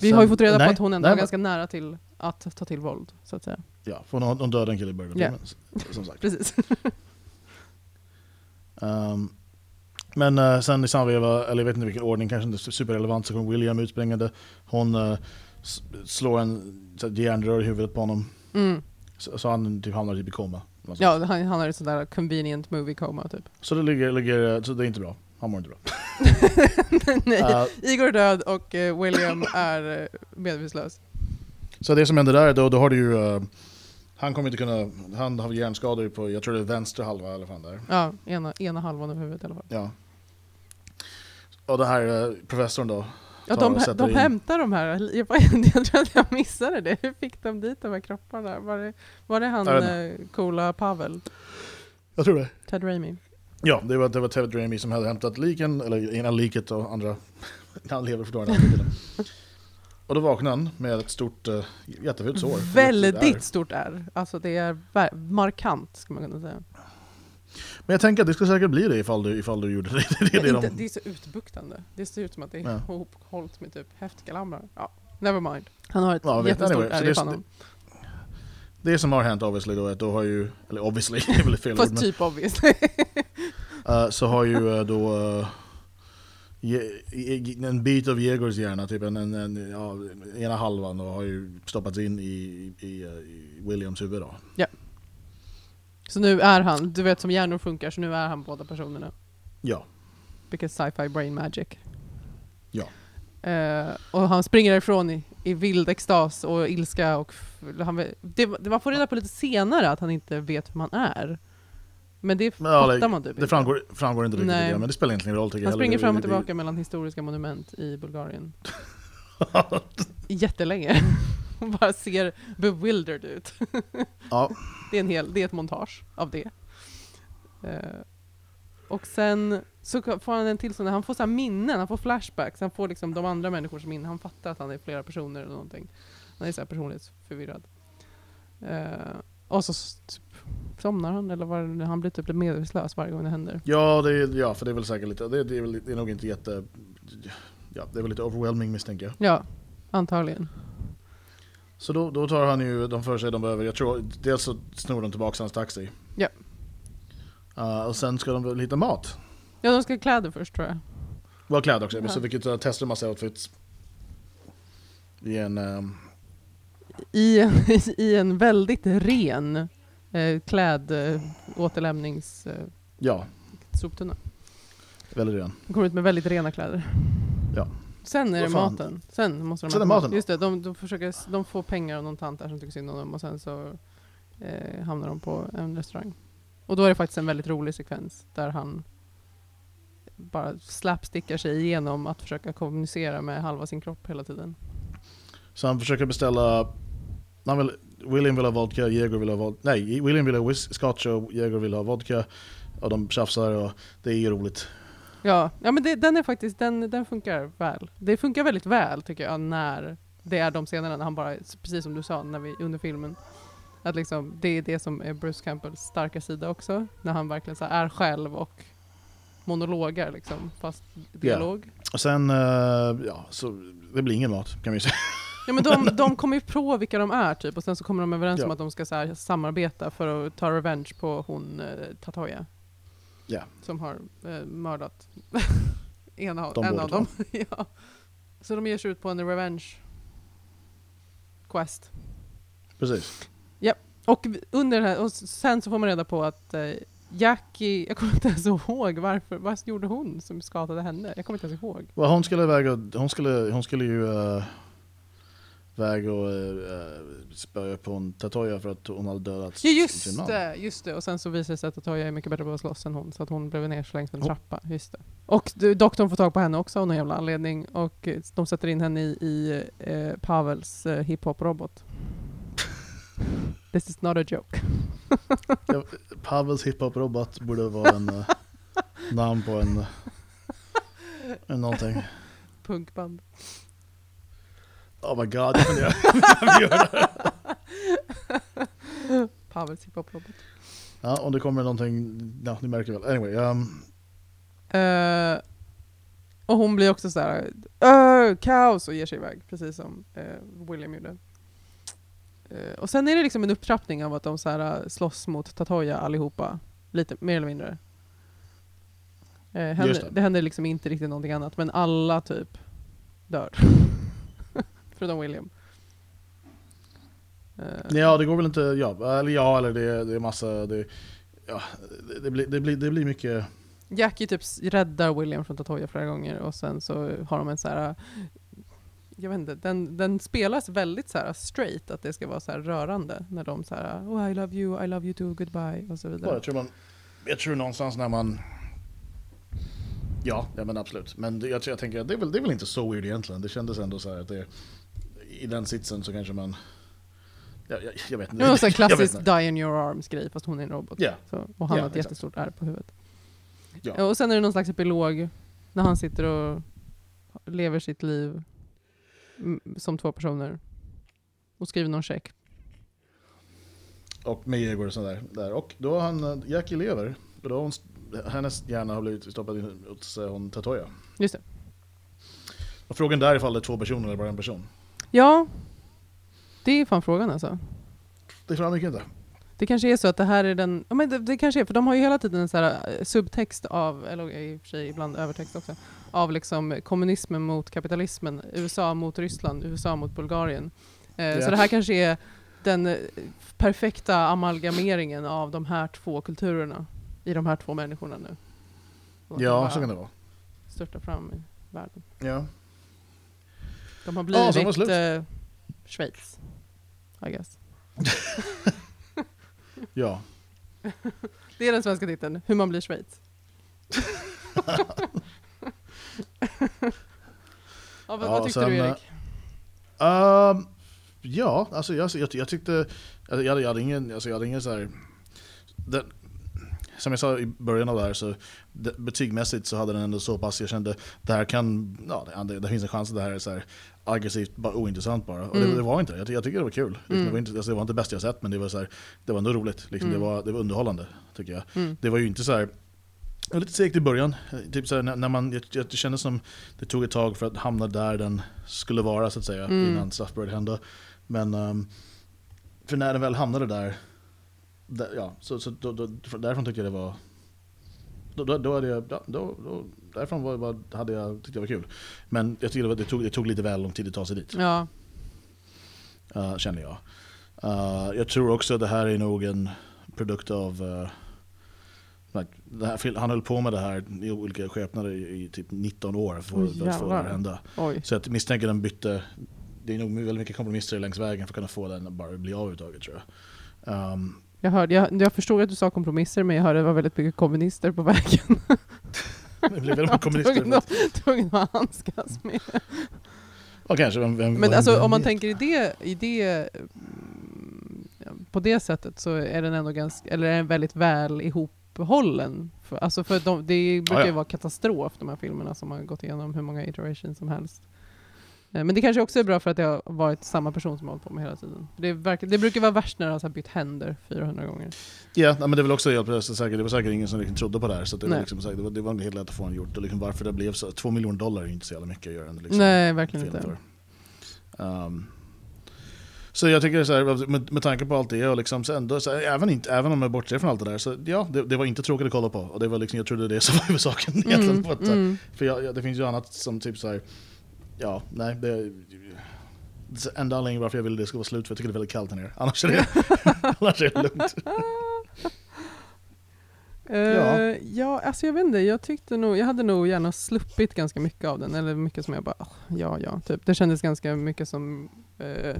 Speaker 4: Vi har ju fått reda på att hon ändå var
Speaker 3: nej,
Speaker 4: ganska nära till att ta till våld. Så att säga.
Speaker 3: Ja, för hon, hon dödade en kille i början av
Speaker 4: Ja.
Speaker 3: filmen. s- Som sagt.
Speaker 4: Precis.
Speaker 3: Ehm, men eh, sen i samma veva, eller jag vet inte vilken ordning, kanske inte superrelevant, så kommer William utspringande. Hon eh, s- slår en så här järnrör i huvudet på honom.
Speaker 4: <laughs> Mm.
Speaker 3: Så, så han typ hamnar typ i koma. Något
Speaker 4: Ja, han, han har ett sånt där convenient movie coma typ. <laughs>
Speaker 3: Så det ligger, ligger, så det är inte bra. Han mår inte bra.
Speaker 4: Nej.
Speaker 3: Eh,
Speaker 4: Igor är död och eh, William är eh, medvetslös.
Speaker 3: så det som händer där är då, då har du ju... eh, han kommer inte kunna... Han har hjärnskador på, jag tror det är vänster halva eller fan där.
Speaker 4: Ja, ena, ena halvan av huvudet i alla fall.
Speaker 3: Ja. Och den här eh, professorn då.
Speaker 4: Ja,
Speaker 3: Ta
Speaker 4: de
Speaker 3: och
Speaker 4: hä-
Speaker 3: sätta
Speaker 4: de
Speaker 3: in.
Speaker 4: hämtar de här. Jag, bara, <laughs> jag tror att jag missade det. Hur fick de dit de här kropparna? Var det, var det han
Speaker 3: Jag vet
Speaker 4: eh, coola Pavel?
Speaker 3: Jag tror det.
Speaker 4: Ted Raimi?
Speaker 3: Ja, det var, det var Ted Raimi som hade hämtat liken, eller ena liket och andra, <laughs> han lever fortfarande. andra killen. Och då vaknade han med ett stort, eh, jättefult sår.
Speaker 4: Väldigt stort R. Alltså det är ver- markant skulle man kunna säga.
Speaker 3: Men jag tänker att det skulle säkert bli det ifall du, ifall du gjorde det. <laughs> <laughs> det, är det,
Speaker 4: Men inte,
Speaker 3: de,
Speaker 4: det är så utbuktande. Det ser ut som att det är
Speaker 3: Ja.
Speaker 4: ihophållt med typ häftgalamrar. Ja, never mind. Han har ett
Speaker 3: Ja, men
Speaker 4: jättestort
Speaker 3: anyway, så
Speaker 4: R
Speaker 3: det är-
Speaker 4: i pannan.
Speaker 3: det som har hänt obviously då, är att då har ju, eller obviously, <laughs> det är väl fel ord,
Speaker 4: Fast
Speaker 3: men,
Speaker 4: typ obviously. <laughs>
Speaker 3: eh, så har ju eh, då eh, Je- Je- en bit av Jegors hjärna, typ en, en, en ja, ena halvan, då, har ju stoppats in i, i, eh, i Williams huvud då.
Speaker 4: så nu är han, du vet som hjärnor funkar, så nu är han båda personerna.
Speaker 3: Ja,
Speaker 4: Because sci-fi brain magic.
Speaker 3: Ja.
Speaker 4: Eh, och han springer ifrån i, i vild extas och ilska. Och f- han, vet- det, det, man får reda på lite senare att han inte vet hur man är. Men det
Speaker 3: Men, ja,
Speaker 4: fattar man typ
Speaker 3: det framgår, framgår inte riktigt,
Speaker 4: Nej.
Speaker 3: tycker jag, men det spelar egentligen ingen roll tycker jag.
Speaker 4: Han springer
Speaker 3: heller.
Speaker 4: fram och
Speaker 3: Det- det- det-
Speaker 4: tillbaka mellan historiska monument
Speaker 3: <laughs>
Speaker 4: i Bulgarien. Jättelänge. <laughs> Och bara ser bewildered ut.
Speaker 3: Ja,
Speaker 4: Det är, en hel, det är ett montage av det. Eh, och sen så ka- får han en till sån där, han får så här minnen, han får flashbacks, han får liksom de andra människors minnen, han fattar att han är flera personer eller någonting. Han är så här personlighetsförvirrad. Eh, och så s- typ, somnar han eller vad det nu- han blir typ medvetslös varje gång det händer.
Speaker 3: Ja, det är, ja, för det är väl säkert lite, det, det, är väl, det är nog inte jätte, ja, det är väl lite overwhelming misstänker jag.
Speaker 4: Ja, antagligen.
Speaker 3: Så då, då tar han ju de för sig de behöver, jag tror, dels så snor de tillbaka hans taxi.
Speaker 4: Ja.
Speaker 3: Eh, och sen ska de väl hitta mat.
Speaker 4: Ja, de ska ha kläder först tror jag.
Speaker 3: Var kläder också, men så
Speaker 4: Ja.
Speaker 3: fick ju ta- testa en massa outfits. I en, ehm,
Speaker 4: i, i en <laughs> väldigt ren eh, kläd eh, återlämnings eh,
Speaker 3: ja,
Speaker 4: soptunna.
Speaker 3: väldigt ren.
Speaker 4: De kommer ut med väldigt rena kläder.
Speaker 3: Ja.
Speaker 4: Sen är det
Speaker 3: Vad fan.
Speaker 4: maten. Sen måste de
Speaker 3: Sen
Speaker 4: äta
Speaker 3: är maten
Speaker 4: mat.
Speaker 3: då.
Speaker 4: Just det, de, de, försöker, s- de får pengar av någon tant där som tycker synd om dem och sen så eh, hamnar de på en restaurang. Och då är det faktiskt en väldigt rolig sekvens där han bara slapstickar sig igenom att försöka kommunicera med halva sin kropp hela tiden.
Speaker 3: Så han försöker beställa, han vill, William vill ha vodka, Jäger vill ha vodka, nej, William vill ha whis- scotch och Jäger vill ha vodka. Och de tjafsar och det är ju roligt.
Speaker 4: Ja, ja men det, den är faktiskt, den, den funkar väl. Det funkar väldigt väl tycker jag när det är de scenerna när han bara, precis som du sa när vi, under filmen, att liksom, det är det som är Bruce Campbells starka sida också, när han verkligen så här är själv och monologer liksom, fast dialog.
Speaker 3: Och sen, eh, ja, så det blir ingen mat kan vi säga. <laughs>
Speaker 4: Ja men de, de kommer ju på vilka de är typ och sen så kommer de överens
Speaker 3: Ja.
Speaker 4: om att de ska så här, samarbeta för att ta revenge på hon eh, Tatoya.
Speaker 3: Ja.
Speaker 4: Som har eh, mördat <laughs> en av,
Speaker 3: De
Speaker 4: en
Speaker 3: båda
Speaker 4: av
Speaker 3: två.
Speaker 4: dem. <laughs> ja. Så de ger sig ut på en revenge quest.
Speaker 3: Precis.
Speaker 4: Och vi- under det här, och s- sen så får man reda på att eh, Jackie, jag kommer inte ens ihåg varför, vad gjorde hon som skadade henne? Jag kommer inte ens ihåg.
Speaker 3: Well, hon skulle iväg och, hon skulle, hon skulle ju uh, iväg och uh, spöa på en Tatoya för att hon hade dödat
Speaker 4: Ja
Speaker 3: sin
Speaker 4: just
Speaker 3: man.
Speaker 4: det, just det. Och sen så visar det sig att Toya är mycket bättre på att slåss än hon, så att hon blev nerslängd för en
Speaker 3: Oh.
Speaker 4: trappa. Just det. Och du, doktorn får tag på henne också av någon jävla anledning och eh, de sätter in henne i, i eh, Pavels eh, hiphop-robot. This is not a joke.
Speaker 3: Pavels hiphop-robot borde vara en
Speaker 4: <laughs>
Speaker 3: eh, namn på en, eh, en någonting.
Speaker 4: Punkband.
Speaker 3: Oh my god, jag funderar- jag gör <laughs> det.
Speaker 4: Pavels hiphop-robot.
Speaker 3: Ja, om det kommer någonting, ja, ni märker väl. Anyway, um,
Speaker 4: Eh, och hon blir också så här, "Öh, kaos och ger sig iväg, precis som eh, William gjorde. Eh, och sen är det liksom en upptrappning av att de så här, eh, slåss mot Tatoya allihopa, lite mer eller mindre. Eh, händer,
Speaker 3: Just det.
Speaker 4: det. händer liksom inte riktigt någonting annat, men alla typ dör. <laughs> Förutom William. Eh,
Speaker 3: ja det går väl inte, ja, eller ja, eller det, det är massa, det, ja, det, det, blir, det, blir, det blir mycket
Speaker 4: Jackie typ s- räddar William från Tatoya flera gånger och sen så har de en så här jag vet inte, den, den spelas väldigt så här straight, att det ska vara så här rörande när de så här oh, I love you, I love you too, goodbye och så
Speaker 3: Ja,
Speaker 4: vidare.
Speaker 3: jag, tror man, jag tror någonstans när man... Ja, ja men absolut. Men det- jag, tror- jag tänker att det är, väl, det är väl inte så weird egentligen. Det kändes ändå så här att det... I den sitsen så kanske man... Ja, jag, jag vet
Speaker 4: <laughs> Det
Speaker 3: inte.
Speaker 4: var en sån
Speaker 3: <laughs> Jag
Speaker 4: här
Speaker 3: vet
Speaker 4: klassisk
Speaker 3: inte.
Speaker 4: die in your arms grej fast hon är en robot.
Speaker 3: Ja.
Speaker 4: Så, och han
Speaker 3: Ja,
Speaker 4: har
Speaker 3: exakt.
Speaker 4: ett jättestort ärr på huvudet.
Speaker 3: Ja.
Speaker 4: Och sen är det någon slags epilog när han sitter och lever sitt liv mm, som två personer. Och skriver någon check.
Speaker 3: Och med Egor och sådär. Där. Och då har han, eh, Jackie lever. Och då har hon, hennes hjärna har blivit stoppad in hos eh, hon Tatoya.
Speaker 4: Just det.
Speaker 3: Och frågan där är ifall det är två personer eller bara en person.
Speaker 4: Ja, det är fan frågan alltså.
Speaker 3: Det framgick inte.
Speaker 4: Det kanske är så att det här är den... Ja, men det, det kanske är, för de har ju hela tiden en så här eh, subtext av, eller i och för sig ibland övertext också, av liksom kommunismen mot kapitalismen, USA mot Ryssland, USA mot Bulgarien. Eh,
Speaker 3: Ja.
Speaker 4: Så det här kanske är den eh, perfekta amalgameringen av de här två kulturerna i de här två människorna nu. Och att de
Speaker 3: Ja,
Speaker 4: bara
Speaker 3: så kan det vara.
Speaker 4: Störtar fram i världen.
Speaker 3: Ja.
Speaker 4: De
Speaker 3: Ja,
Speaker 4: har blivit
Speaker 3: så var det slut.
Speaker 4: eh, Schweiz, I guess.
Speaker 3: ja.
Speaker 4: Det är den svenska titeln, Hur man
Speaker 3: <laughs>
Speaker 4: blir Schweiz. ja, vad,
Speaker 3: Ja,
Speaker 4: vad
Speaker 3: och
Speaker 4: tyckte
Speaker 3: sen,
Speaker 4: du
Speaker 3: eh,
Speaker 4: Erik?
Speaker 3: Ehm, ja, alltså jag, jag, jag tyckte... Jag, jag, hade- jag hade ingen, alltså jag hade ingen så här... Den, som jag sa i början av det här, så det, betygmässigt så hade den ändå så pass, jag kände det här kan, ja det, det, det finns en chans att det här är så här aggressivt, bara ointressant bara. Och det,
Speaker 4: Mm.
Speaker 3: det var inte det. jag, ty- jag tycker det var kul. Liksom, Det,
Speaker 4: Mm.
Speaker 3: var inte, alltså, det var inte det bästa jag sett men det var, så här, det var ändå roligt, liksom,
Speaker 4: Mm.
Speaker 3: det, var, det var underhållande tycker jag.
Speaker 4: Mm.
Speaker 3: Det var ju inte så här det var lite segt i början, Eh, typ så här, när, när man, jag, jag, det kändes som det tog ett tag för att hamna där den skulle vara så att säga
Speaker 4: Mm.
Speaker 3: innan stuff började hända. Men ehm, för när den väl hamnade där, där ja, så, så då, då, därifrån tyckte jag det var då, då, då hade jag, då, då, då, därifrån var, var, hade jag, tyckte jag var kul. Men jag tyckte det, var, det, tog, det tog lite väl lång tid att ta sig dit,
Speaker 4: Ja,
Speaker 3: eh, känner jag. Eh, jag tror också att det här är nog en produkt av... eh, like, det här, fil- han höll på med det här i olika skepnader i, i typ 19 år för, för
Speaker 4: Åh,
Speaker 3: att få det här att
Speaker 4: jävlar.
Speaker 3: hända.
Speaker 4: oj.
Speaker 3: Så jag misstänker den bytte, det är nog väldigt mycket kompromisser längs vägen för att kunna få den att bara bli av överhuvudtaget tror jag. Ehm, <laughs>
Speaker 4: Jag, hörde, jag, jag förstod att du sa kompromisser, men jag hörde att det var väldigt mycket kommunister på vägen.
Speaker 3: det blev
Speaker 4: <laughs>
Speaker 3: väl kommunister.
Speaker 4: Tvungen
Speaker 3: för att-
Speaker 4: att- Tvungen att handskas med.
Speaker 3: Ja kanske, vem, vem,
Speaker 4: Men
Speaker 3: vem,
Speaker 4: alltså,
Speaker 3: vem
Speaker 4: om man
Speaker 3: vet?
Speaker 4: tänker i det, i det mm, på det sättet så är den ändå ganska, eller är den väldigt väl ihophållen. För, alltså för de, det brukar
Speaker 3: Ja,
Speaker 4: ju
Speaker 3: ja.
Speaker 4: vara katastrof de här filmerna som har gått igenom hur många iterations som helst. Eh, Men det kanske också är bra för att det har varit samma person som har hållit på med hela tiden. Det, verkar, det brukar vara värst när de har så här bytt händer 400 gånger.
Speaker 3: Ja, nej, men det är väl också hjälp, det, är säkert, det var säkert ingen som liksom trodde på det här så att det, var
Speaker 4: Nej.
Speaker 3: liksom, säkert- det, var, det var inte helt lätt att få den gjort. Och liksom varför det blev så, två miljoner dollar är ju inte så jävla mycket att göra en liksom,
Speaker 4: Nej, verkligen
Speaker 3: film
Speaker 4: inte.
Speaker 3: för. Ehm, så jag tycker så här, med, med tanke på allt det och liksom, så ändå, så här, även, inte, även om jag bortser från allt det där så ja, det, det var inte tråkigt att kolla på. Och det var liksom, jag trodde det som var <laughs> huvudsaken egentligen.
Speaker 4: Mm,
Speaker 3: För, att,
Speaker 4: mm.
Speaker 3: för jag, jag, det finns ju annat som typ så här, ja, nej, det... det Enda anledningen varför jag ville det skulle vara slut för jag tycker det är väldigt kallt här nere. Annars är det, <laughs> annars är det lugnt.
Speaker 4: Eh,
Speaker 3: Ja.
Speaker 4: ja. alltså jag vet inte. Jag, tyckte nog, jag hade nog gärna sluppit ganska mycket av den. Eller mycket som jag bara, "Ah, ja, ja, typ. Det kändes ganska mycket som, eh,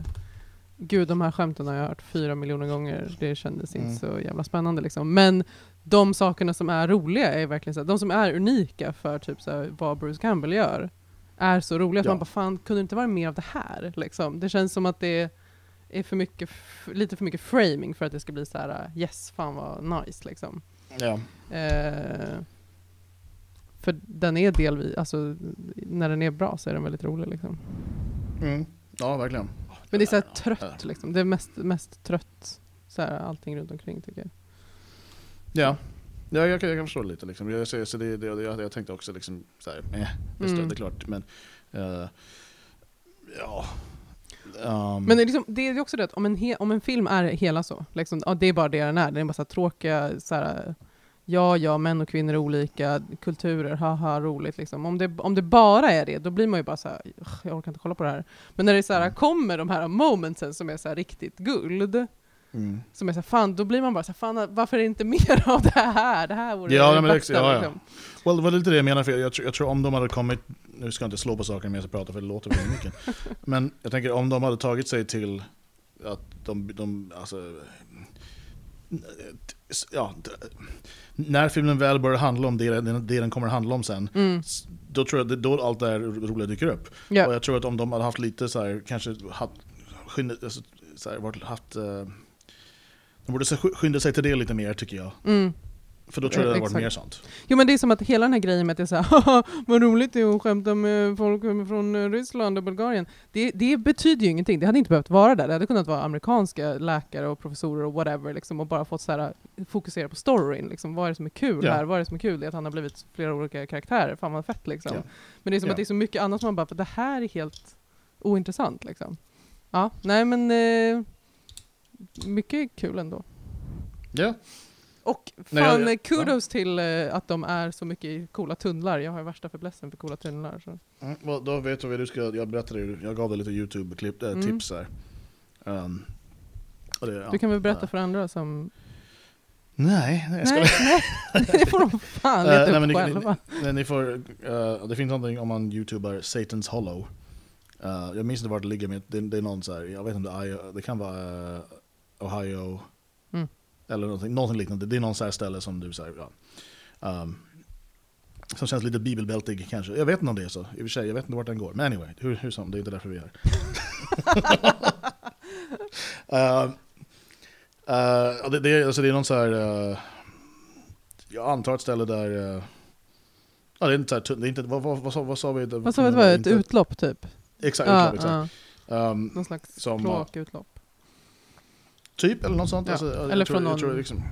Speaker 4: gud de här skämten har jag hört fyra miljoner gånger. Det kändes
Speaker 3: Mm.
Speaker 4: inte så jävla spännande liksom. Men de sakerna som är roliga är verkligen så här, de som är unika för typ så här, vad Bruce Campbell gör är så roliga. att
Speaker 3: Ja.
Speaker 4: Man bara, fan kunde det inte vara mer av det här? Liksom. Det känns som att det är för mycket, f- lite för mycket framing för att det ska bli så här, yes, fan vad nice liksom.
Speaker 3: Ja.
Speaker 4: Eh, för den är delvis, alltså när den är bra så är den väldigt rolig liksom.
Speaker 3: Mm. Ja, verkligen.
Speaker 4: Men det är så här trött liksom, det är mest, mest trött så här, allting runt omkring tycker jag.
Speaker 3: Ja, ja jag, kan, jag kan förstå det lite. Liksom. Jag, så, så det, det, jag, jag tänkte också liksom, så här, eh, det, är stört,
Speaker 4: Mm.
Speaker 3: det är klart. Men, eh, ja. Ehm,
Speaker 4: Men det är, liksom, det är ju också det att om en, he, om en film är hela så, liksom, ja, det är bara det den är, den är bara så här tråkiga, så här, ja ja, män och kvinnor är olika, kulturer, haha roligt liksom. Om det, om det bara är det, då blir man ju bara så här, "Ugh, jag orkar inte kolla på det här. Men när det är så här, kommer de här momentsen som är så här riktigt guld,
Speaker 3: mm.
Speaker 4: som är så här, fan, då blir man bara så här, fan varför är det inte mer av det här? Det här vore
Speaker 3: Ja,
Speaker 4: det
Speaker 3: men det-
Speaker 4: bästa.
Speaker 3: ja, ja.
Speaker 4: Liksom.
Speaker 3: Well, det var lite det jag menade, för jag, jag, tror- jag tror om de hade kommit, nu ska jag inte slå på saker medan jag pratar för det låter väldigt
Speaker 4: <laughs>
Speaker 3: mycket. Men jag tänker om de hade tagit sig till att de, de alltså, eh, ja, när filmen väl börjar handla om det, den- det den kommer att handla om sen,
Speaker 4: Mm.
Speaker 3: s- då tror jag det- då allt det här roliga dyker upp.
Speaker 4: Ja.
Speaker 3: Och jag tror att om de hade haft lite så här, kanske haft, skynda, alltså, så här, varit, haft eh, de borde så skynda sig till det lite mer tycker jag.
Speaker 4: Mm.
Speaker 3: För då tror jag det hade varit
Speaker 4: Exakt.
Speaker 3: mer sånt.
Speaker 4: Jo men det är som att hela den här grejen med att det är såhär "Haha, vad roligt det är att skämta med folk från eh, Ryssland och Bulgarien. Det, det betyder ju ingenting, det hade inte behövt vara där. Det hade kunnat vara amerikanska läkare och professorer och whatever liksom, och bara fått så här, fokusera på storyn. Liksom. Vad är det som är kul
Speaker 3: Ja.
Speaker 4: här? Vad är det som är kul? Det är att han har blivit flera olika karaktärer, fan vad fett liksom.
Speaker 3: Ja.
Speaker 4: Men det är som
Speaker 3: Ja.
Speaker 4: att det är så mycket annat som man bara, för det här är helt ointressant liksom. Ja, nej men eh, mycket kul ändå.
Speaker 3: Ja,
Speaker 4: Och
Speaker 3: Nej,
Speaker 4: fan,
Speaker 3: jag- jag-
Speaker 4: kudos till eh, att de är så mycket i coola tunnlar. Jag har ju värsta fäblessen för coola tunnlar. Så.
Speaker 3: Mm, well, då vet du vad du ska, jag berättade ju, jag gav dig lite YouTube-klipp, äh,
Speaker 4: Mm.
Speaker 3: tips här. Ehm, och det, ja.
Speaker 4: du kan väl berätta
Speaker 3: Ja.
Speaker 4: för andra som...
Speaker 3: Nej, nej jag ska
Speaker 4: nej, nej,
Speaker 3: <laughs>
Speaker 4: det får de fan
Speaker 3: Eh,
Speaker 4: leta
Speaker 3: nej,
Speaker 4: upp
Speaker 3: men ni-
Speaker 4: själva.
Speaker 3: Nej, ni får, eh, det finns någonting om man youtubar Satan's Hollow. Eh, jag minns inte vart det ligger, men det, det är någon så här, jag vet inte, om det är Io- det kan vara eh, Ohio
Speaker 4: Mm.
Speaker 3: eller någonting, någonting liknande. Det är någon så här ställe som du säger, ja. Ehm, som känns lite bibelbältig kanske. Jag vet inte om det är så, i och för sig. Jag vet inte vart den går. Men anyway, hur, hur som, det är inte därför vi är
Speaker 4: <laughs>
Speaker 3: här. Ehm, eh, ja, det, det, är- alltså, det är någon så här, eh, jag antar ett ställe där eh, Ja, det är inte så här, tun- det är inte, vad, vad, vad, sa, vad sa vi?
Speaker 4: Vad sa vi att det var? Ett
Speaker 3: Inte-
Speaker 4: utlopp typ?
Speaker 3: Exakt,
Speaker 4: Ja,
Speaker 3: utlopp, exakt.
Speaker 4: ja,
Speaker 3: Ehm,
Speaker 4: någon slags
Speaker 3: Som,
Speaker 4: kloakutlopp.
Speaker 3: typ eller något sånt.
Speaker 4: Ja,
Speaker 3: Alltså, jag
Speaker 4: eller
Speaker 3: tror,
Speaker 4: från
Speaker 3: jag
Speaker 4: någon-
Speaker 3: tror liksom,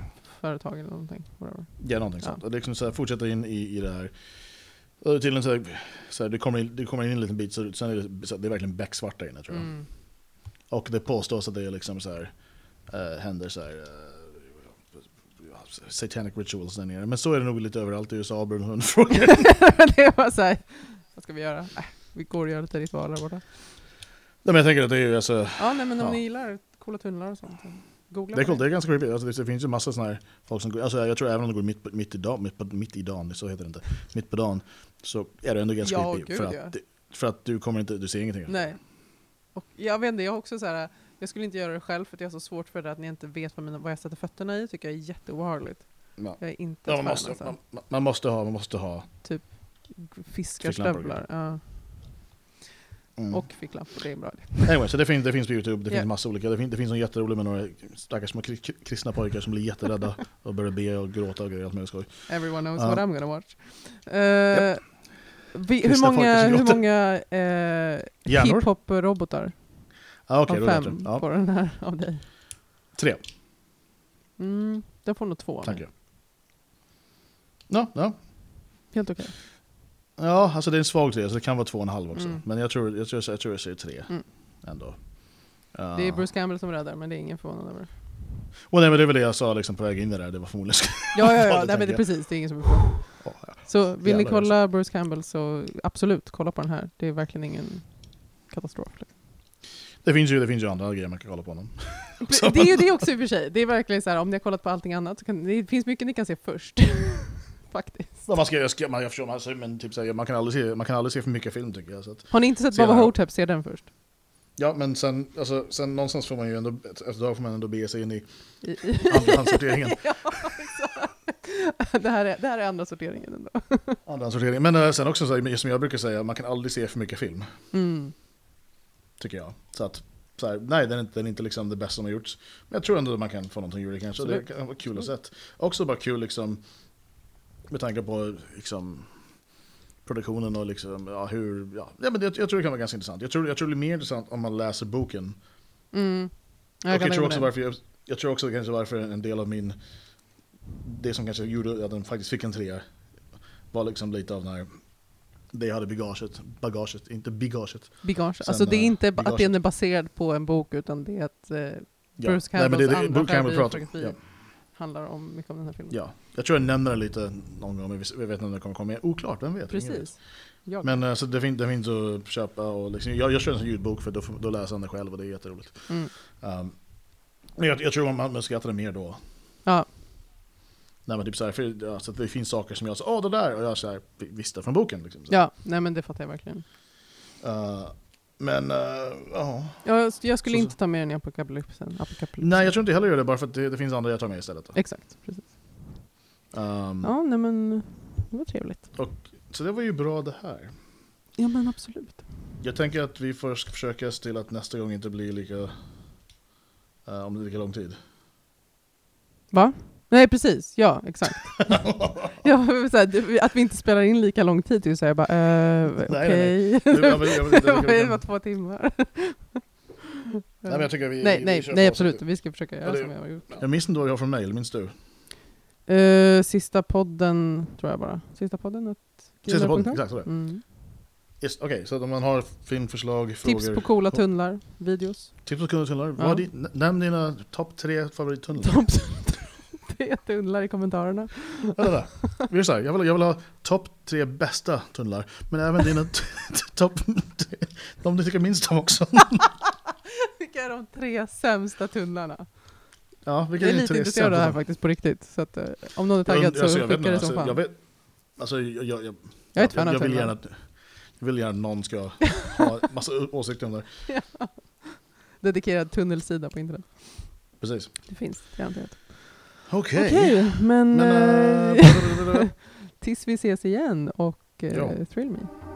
Speaker 4: Företag eller någonting. Whatever.
Speaker 3: Ja, någonting
Speaker 4: Ja.
Speaker 3: sånt. Och Liksom så här, fortsätta in i, i det här. Och Till en så här, så här, du, kommer in, du kommer in en liten bit, så, sen är det, så, det är verkligen becksvart där inne tror jag.
Speaker 4: Mm.
Speaker 3: Och det påstås att det är liksom så här, eh, händer så här, eh, satanic rituals där nere. Men så är det nog lite överallt i USA, Björn Hund frågar.
Speaker 4: <laughs> det var såhär, vad ska vi göra? Äh, vi går och gör lite ritualer där borta.
Speaker 3: Nej men jag tänker att det är ju alltså,
Speaker 4: Ja, nej men om
Speaker 3: Ja.
Speaker 4: ni gillar coola tunnlar och sånt. så Googla
Speaker 3: det är
Speaker 4: på
Speaker 3: coolt, det är ganska creepy. Alltså, det, det finns ju massa sådana här folk som går, alltså, jag tror även om de går mitt, på- mitt i dagen, mitt, på- mitt i dagen, så heter det inte, mitt på dagen, så är det ändå ganska
Speaker 4: Ja,
Speaker 3: creepy.
Speaker 4: gud,
Speaker 3: för, att,
Speaker 4: ja.
Speaker 3: det- för att du kommer inte, du ser ingenting.
Speaker 4: Nej. Och jag vet inte, jag har också så här, jag skulle inte göra det själv för att jag har så svårt för det att ni inte vet vad, mina, vad jag sätter fötterna i, tycker jag är jätteobehagligt.
Speaker 3: Ja.
Speaker 4: Jag är inte
Speaker 3: Ja,
Speaker 4: ett
Speaker 3: man,
Speaker 4: fan,
Speaker 3: måste,
Speaker 4: alltså.
Speaker 3: man, man måste ha, man måste ha.
Speaker 4: Fiskarstövlar.
Speaker 3: Ficklampor
Speaker 4: Ja.
Speaker 3: Mm.
Speaker 4: Och ficklampor, det är en bra idé.
Speaker 3: Anyway, så det finns, det finns på Youtube, det
Speaker 4: Ja.
Speaker 3: finns massa olika. Det finns, det finns någon jätterolig med några stackars små kri- kristna pojkar som blir
Speaker 4: <laughs>
Speaker 3: jätterädda och börjar be och gråta och grejer, allt möjligt skoj.
Speaker 4: Everyone knows
Speaker 3: Ja.
Speaker 4: what I'm gonna watch. Eh, vi, hur
Speaker 3: Kristna
Speaker 4: många,
Speaker 3: folk som
Speaker 4: hur
Speaker 3: gråter.
Speaker 4: många eh,
Speaker 3: Hjärnor?
Speaker 4: hiphop-robotar
Speaker 3: Ah, Okej,
Speaker 4: av
Speaker 3: då vet jag.
Speaker 4: fem
Speaker 3: Ja,
Speaker 4: på den här av dig?
Speaker 3: tre,
Speaker 4: Mm, den får nog två av mig.
Speaker 3: tänker jag. Ja, ja.
Speaker 4: Helt okej.
Speaker 3: ja, alltså det är en svag tre, så det kan vara två och en halv också.
Speaker 4: Mm.
Speaker 3: Men jag tror jag, tror, jag tror jag säger tre
Speaker 4: Mm.
Speaker 3: ändå. Ja.
Speaker 4: Det är Bruce Campbell som räddar, men det är ingen förvånad över.
Speaker 3: Och nej, men det är väl det jag sa liksom, på väg in i det där, det var förmodligen
Speaker 4: Ja, ja,
Speaker 3: Vad
Speaker 4: ja.
Speaker 3: du
Speaker 4: Nej, men det,
Speaker 3: tänker.
Speaker 4: precis. Det är ingen som är förvånad.
Speaker 3: Ja,
Speaker 4: Så vill ni
Speaker 3: Jävlar, alltså.
Speaker 4: kolla Bruce Campbell så absolut, kolla på den här. Det är verkligen ingen
Speaker 3: <laughs>
Speaker 4: katastrof. liksom.
Speaker 3: <laughs> Det finns ju, det finns ju andra grejer man kan kolla på honom.
Speaker 4: Det- Det är ju det också i och för sig. Det är verkligen så här, om ni har kollat på allting annat så kan, det finns mycket ni kan se först. <laughs> Faktiskt.
Speaker 3: Ja, Man, ska, jag, ska, man, jag förstår, man, alltså, men typ, så här, man, kan aldrig se, man kan aldrig se för mycket film tycker jag. Så att,
Speaker 4: Har ni inte sett
Speaker 3: Se
Speaker 4: Baba
Speaker 3: den här.
Speaker 4: Hotep, se den först.
Speaker 3: Ja, men sen, alltså, sen någonstans får man ju ändå, efter ett tag får man ändå bege sig in
Speaker 4: <laughs>
Speaker 3: i <laughs>
Speaker 4: I, i.
Speaker 3: andrahandssorteringen.
Speaker 4: Ja, exakt. det, här är, det här är andra sorteringen ändå.
Speaker 3: andrahandssorteringen. Men eh, sen också, så här, som jag brukar säga, man kan aldrig se för mycket film,
Speaker 4: Mm.
Speaker 3: tycker jag. Så att, så här, nej, den är, inte, den är inte liksom det bästa som har gjorts. Men jag tror ändå att man kan få någonting ur det kanske. Det
Speaker 4: Absolut.
Speaker 3: kan vara kul att se. Också bara kul liksom, med tanke på liksom, produktionen och liksom, ja, hur, ja. ja men det, jag tror det kan vara ganska intressant. Jag tror, jag tror det blir mer intressant om man läser boken
Speaker 4: Mm. Ja,
Speaker 3: Jag,
Speaker 4: kan
Speaker 3: jag, tror
Speaker 4: tänka
Speaker 3: också
Speaker 4: mig det.
Speaker 3: varför jag, jag tror också kanske varför en del av min... Det som kanske gjorde att den faktiskt fick en trea var liksom lite av när det jag hade bagaget, bagaget, inte bagaget.
Speaker 4: Bigage.
Speaker 3: Sen,
Speaker 4: Alltså det är
Speaker 3: eh,
Speaker 4: inte att
Speaker 3: Bigage.
Speaker 4: den är baserad på en bok utan det är att eh,
Speaker 3: Ja.
Speaker 4: Bruce
Speaker 3: Nej, men det-
Speaker 4: Campbells
Speaker 3: det-
Speaker 4: andra
Speaker 3: Bruce Campbell pratar.
Speaker 4: självbiografi
Speaker 3: Ja.
Speaker 4: handlar om mycket om den här filmen.
Speaker 3: ja, jag tror jag nämner det lite någon gång, men vi- jag vet inte om det kommer komma med. Oklart, vem vet? Ingen vet.
Speaker 4: Precis. Jag.
Speaker 3: Men eh, så det, fin- det finns att köpa och liksom, jag, jag kör en sån ljudbok för då, får- då läser han det själv och det är jätteroligt.
Speaker 4: Mm.
Speaker 3: Um, men jag, jag tror man, man skrattar mer då.
Speaker 4: Ja.
Speaker 3: När man typ så här, för, alltså, det finns saker som jag sa, åh det där, och jag så här, "Vi- visste från boken. Liksom, så.
Speaker 4: ja, nej men det fattar jag verkligen.
Speaker 3: Eh, men, eh, ja.
Speaker 4: Jag, jag skulle
Speaker 3: Så-
Speaker 4: inte ta med den i apokalypsen. apokalypsen.
Speaker 3: Nej, jag tror inte heller jag gör det, bara för att det, det finns andra jag tar med istället. Då.
Speaker 4: Exakt, precis.
Speaker 3: Ehm,
Speaker 4: Ja, nej men det var trevligt.
Speaker 3: Så det var ju bra det här.
Speaker 4: Ja men absolut.
Speaker 3: Jag tänker att vi får sk- försöka se till att nästa gång <laughs> inte blir lika, eh, om det är lika lång tid.
Speaker 4: Va? Nej precis, ja exakt.
Speaker 3: <laughs>
Speaker 4: ja, så här, det- att vi inte spelar in lika lång tid till så jag bara eh,
Speaker 3: Nej,
Speaker 4: okej.
Speaker 3: Jag vill- jag vill- jag vill-
Speaker 4: <laughs> Det var
Speaker 3: jag
Speaker 4: ju
Speaker 3: vill-
Speaker 4: bara två timmar.
Speaker 3: Nej, men jag tycker vi,
Speaker 4: nej,
Speaker 3: vi, vi
Speaker 4: nej,
Speaker 3: kör
Speaker 4: nej
Speaker 3: på. typ.
Speaker 4: absolut. Vi ska försöka göra
Speaker 3: det-
Speaker 4: som jag har gjort.
Speaker 3: Jag minns inte vad jag har för mail, minns du?
Speaker 4: Eh, sista podden, tror jag bara. Sista podden? att-
Speaker 3: Sista podden,
Speaker 4: gmail.com?
Speaker 3: exakt sådär.
Speaker 4: Mm.
Speaker 3: Yes, Okej, så att om man har filmförslag, frågor...
Speaker 4: Tips på coola tunnlar, videos.
Speaker 3: Tips på coola tunnlar.
Speaker 4: Ja.
Speaker 3: Vad är din- n- Nämn dina topp tre favorittunnlar.
Speaker 4: <laughs> Topp tre tunnlar i kommentarerna.
Speaker 3: Vänta, vänta. Vi gör så här, jag vill, jag vill ha topp tre bästa tunnlar, men även dina t- t- topp... De du tycker minst om också.
Speaker 4: Vilka är de tre sämsta tunnlarna?
Speaker 3: Ja,
Speaker 4: Jag
Speaker 3: vilka
Speaker 4: är
Speaker 3: dina
Speaker 4: lite
Speaker 3: tre
Speaker 4: intresserad av det här
Speaker 3: sämsta-
Speaker 4: faktiskt på riktigt. Så att, eh, om någon är
Speaker 3: Jag
Speaker 4: taggad
Speaker 3: und- alltså,
Speaker 4: så
Speaker 3: jag vet
Speaker 4: skicka det
Speaker 3: inte,
Speaker 4: som
Speaker 3: alltså, Jag
Speaker 4: fan.
Speaker 3: vet, alltså, jag, jag, jag,
Speaker 4: Jag är ett fan
Speaker 3: jag,
Speaker 4: av
Speaker 3: jag vill gärna
Speaker 4: tunnlar.
Speaker 3: att jag vill gärna att någon ska ha
Speaker 4: <laughs>
Speaker 3: massa å- åsikter om det här.
Speaker 4: Dedikerad tunnelsida på internet.
Speaker 3: Precis.
Speaker 4: Det finns garanterat.
Speaker 3: Okej.
Speaker 4: Okej, men,
Speaker 3: Men...
Speaker 4: eh, <laughs>
Speaker 3: eh,
Speaker 4: tills vi ses igen och eh,
Speaker 3: Ja.
Speaker 4: thrill me.